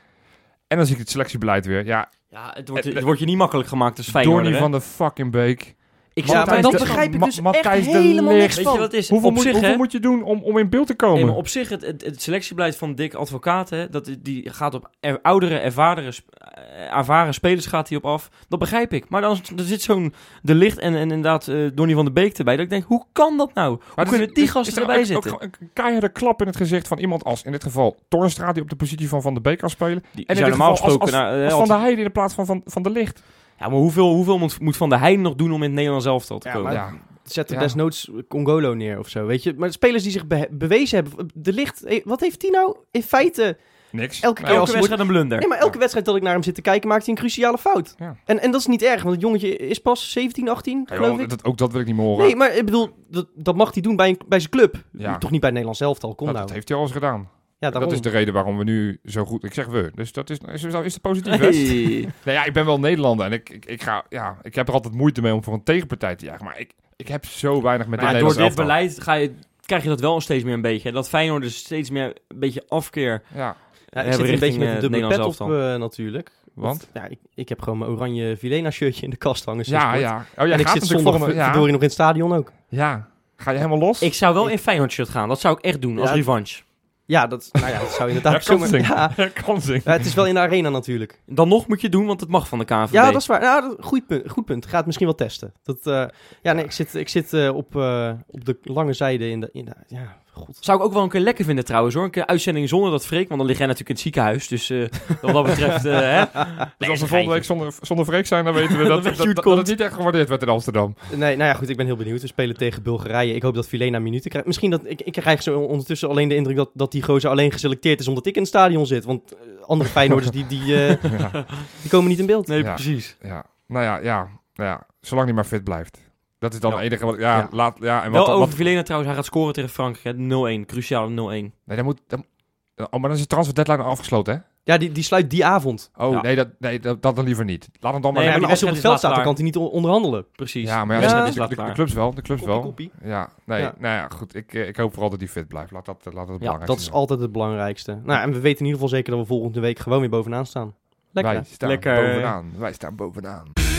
En dan zie ik het selectiebeleid weer. Ja,
ja, het wordt,
Eh,
het wordt je niet makkelijk gemaakt als Feyenoord.
Donny van de fucking Beek.
Ik
Ja,
zat
maar
tijdens
dat
de-
begrijp ik
Ma-
dus echt
Matthijs de
helemaal niks
Ligt.
Weet je wat
van.
het is?
Hoeveel,
Dus op
moet,
zich,
hoeveel
hè?
moet je doen om, om in beeld te komen?
Nee, maar op zich, het, het, het selectiebeleid van Dick Advocaat, hè, dat, die gaat op er- oudere, ervaren, sp- eh, ervaren spelers gaat hij op af. Dat begrijp ik. Maar dan er zit zo'n De Licht en, en inderdaad eh Donny van de Beek erbij. Dat ik denk, hoe kan dat nou?
Maar
kunnen
dus is-
die
is- is
gasten
er
erbij
ook- ook
zitten?
gewoon Een keiharde klap in het gezicht van iemand als, in dit geval, Tornstra, die op de positie van Van de Beek kan spelen.
Die
En
en
in
zijn
dit
normaal
geval als-
gesproken... nou, eh,
Als Van
altijd-
de Heijden in de plaats van Van, van de Licht.
Ja, maar hoeveel, hoeveel moet, moet Van der Heijn nog doen om in het Nederlands elftal te
Ja,
komen?
maar-
Ja,
Zet er
Ja.
desnoods Congolo neer of zo, weet je. Maar spelers die zich be- bewezen hebben, de licht, eh, wat heeft die nou in feite...
niks.
Elke
Nee,
keer
Elke
als-
wedstrijd een blunder.
Nee, maar elke wedstrijd dat ik naar hem zit te kijken, maakt hij een cruciale fout.
Ja.
En, en dat is niet erg, want het jongetje is pas 17, 18,
Ja,
geloof
joh,
ik.
dat, ook dat wil ik niet meer horen.
Nee, maar ik bedoel, dat, dat mag hij doen bij, een, bij zijn club.
Ja.
Toch niet bij het Nederlands elftal, kom
dat,
nou.
dat heeft hij al eens gedaan.
ja, daarom.
Dat is de reden waarom we nu zo goed... Ik zeg we, dus dat is, is, is het positief.
<laughs>
hè?
Hey.
Nou ja, ik ben wel Nederlander en ik, ik, ik, ga, ja, ik heb er altijd moeite mee om voor een tegenpartij te jagen. Maar ik, ik heb zo weinig met
Maar
dit
ja,
Nederlands
door dit
elftal.
beleid ga je, krijg je dat wel steeds meer een beetje. hè. Dat Feyenoord dus steeds meer een beetje afkeer
Ja,
Ja, ik
hebben
zit er een beetje
richting,
met
eh,
een dubbele
Nederlands
pet op
elftal.
eh, natuurlijk.
want...
Ja, ik, ik heb gewoon mijn oranje Vilena shirtje in de kast hangen. sinds
Ja,
kort.
ja. Oh,
En ik
jij
zit
gaat natuurlijk
zondag
volgende...
ver-
Ja,
verdorie nog in het stadion ook.
ja. Ga je helemaal los?
Ik zou wel in Feyenoord shirt gaan. Dat zou ik echt doen als
Ja.
revanche.
Ja, dat, nou ja, dat
<laughs>
zou inderdaad
Ja,
zomaar-
kansing.
Ja,
Kansing.
Ja, het is wel in de arena natuurlijk.
Dan nog moet je doen, want het mag van de KNVB.
Ja, dat is waar. Nou, dat- goed, punt, goed punt. Ga het misschien wel testen. Dat, eh, ja, nee, ik zit, ik zit eh, op, eh, op de lange zijde in de... In de ja, god.
Zou ik ook wel een keer lekker vinden trouwens hoor. Een keer uitzending zonder dat Freek, want dan lig jij natuurlijk in het ziekenhuis. Dus eh, wat <laughs> dat betreft, eh, hè.
Dus als we volgende week zonder, zonder Freek zijn, dan
<laughs>
weten we dat, dat,
weet
dat,
je hoe het
dat
komt.
het niet echt gewaardeerd werd in Amsterdam.
Nee, nou ja, goed, ik ben heel benieuwd. We spelen tegen Bulgarije. Ik hoop dat Filena minuten krijgt. Misschien dat... Ik, ik krijg zo ondertussen alleen de indruk dat, dat die gozer alleen geselecteerd is omdat ik in het stadion zit. Want eh, andere Feyenoorders, die, die, eh,
<laughs>
Ja,
die komen niet in beeld.
Nee,
Ja.
precies.
ja. Nou ja, ja, nou ja, zolang hij maar fit blijft. Dat is dan
Ja.
het enige wat... Ja,
Ja.
Laat, ja en
Wel
wat,
over
wat,
Vilena trouwens, hij gaat scoren tegen Frankrijk. hè. 0-1, cruciale 0-1.
nee, dan moet, dan, oh, maar dan is de transfer deadline al afgesloten, hè?
Ja, die, die sluit die avond.
Oh,
Ja.
nee, dat, nee dat, dat dan liever niet. Laat hem dan maar...
Nee,
Ja,
maar
maar
die
als hij op het
wedstrijd is
veld
laat
staat, dan
klaar.
kan hij niet on- onderhandelen.
Precies.
ja, maar
De
ja,
wedstrijd
dat
is
de,
laat
de, de
klaar.
clubs wel, de clubs
Koppie,
wel.
koppie.
Ja, nee,
Ja.
nou ja, goed. Ik, eh, ik hoop vooral dat hij fit blijft. Laat dat, laat dat
Ja,
belangrijk
Dat is altijd het belangrijkste. Nou, en we weten in ieder geval zeker dat we volgende week gewoon weer bovenaan staan. Lekker.
Wij staan
Lekker.
bovenaan. Wij staan bovenaan.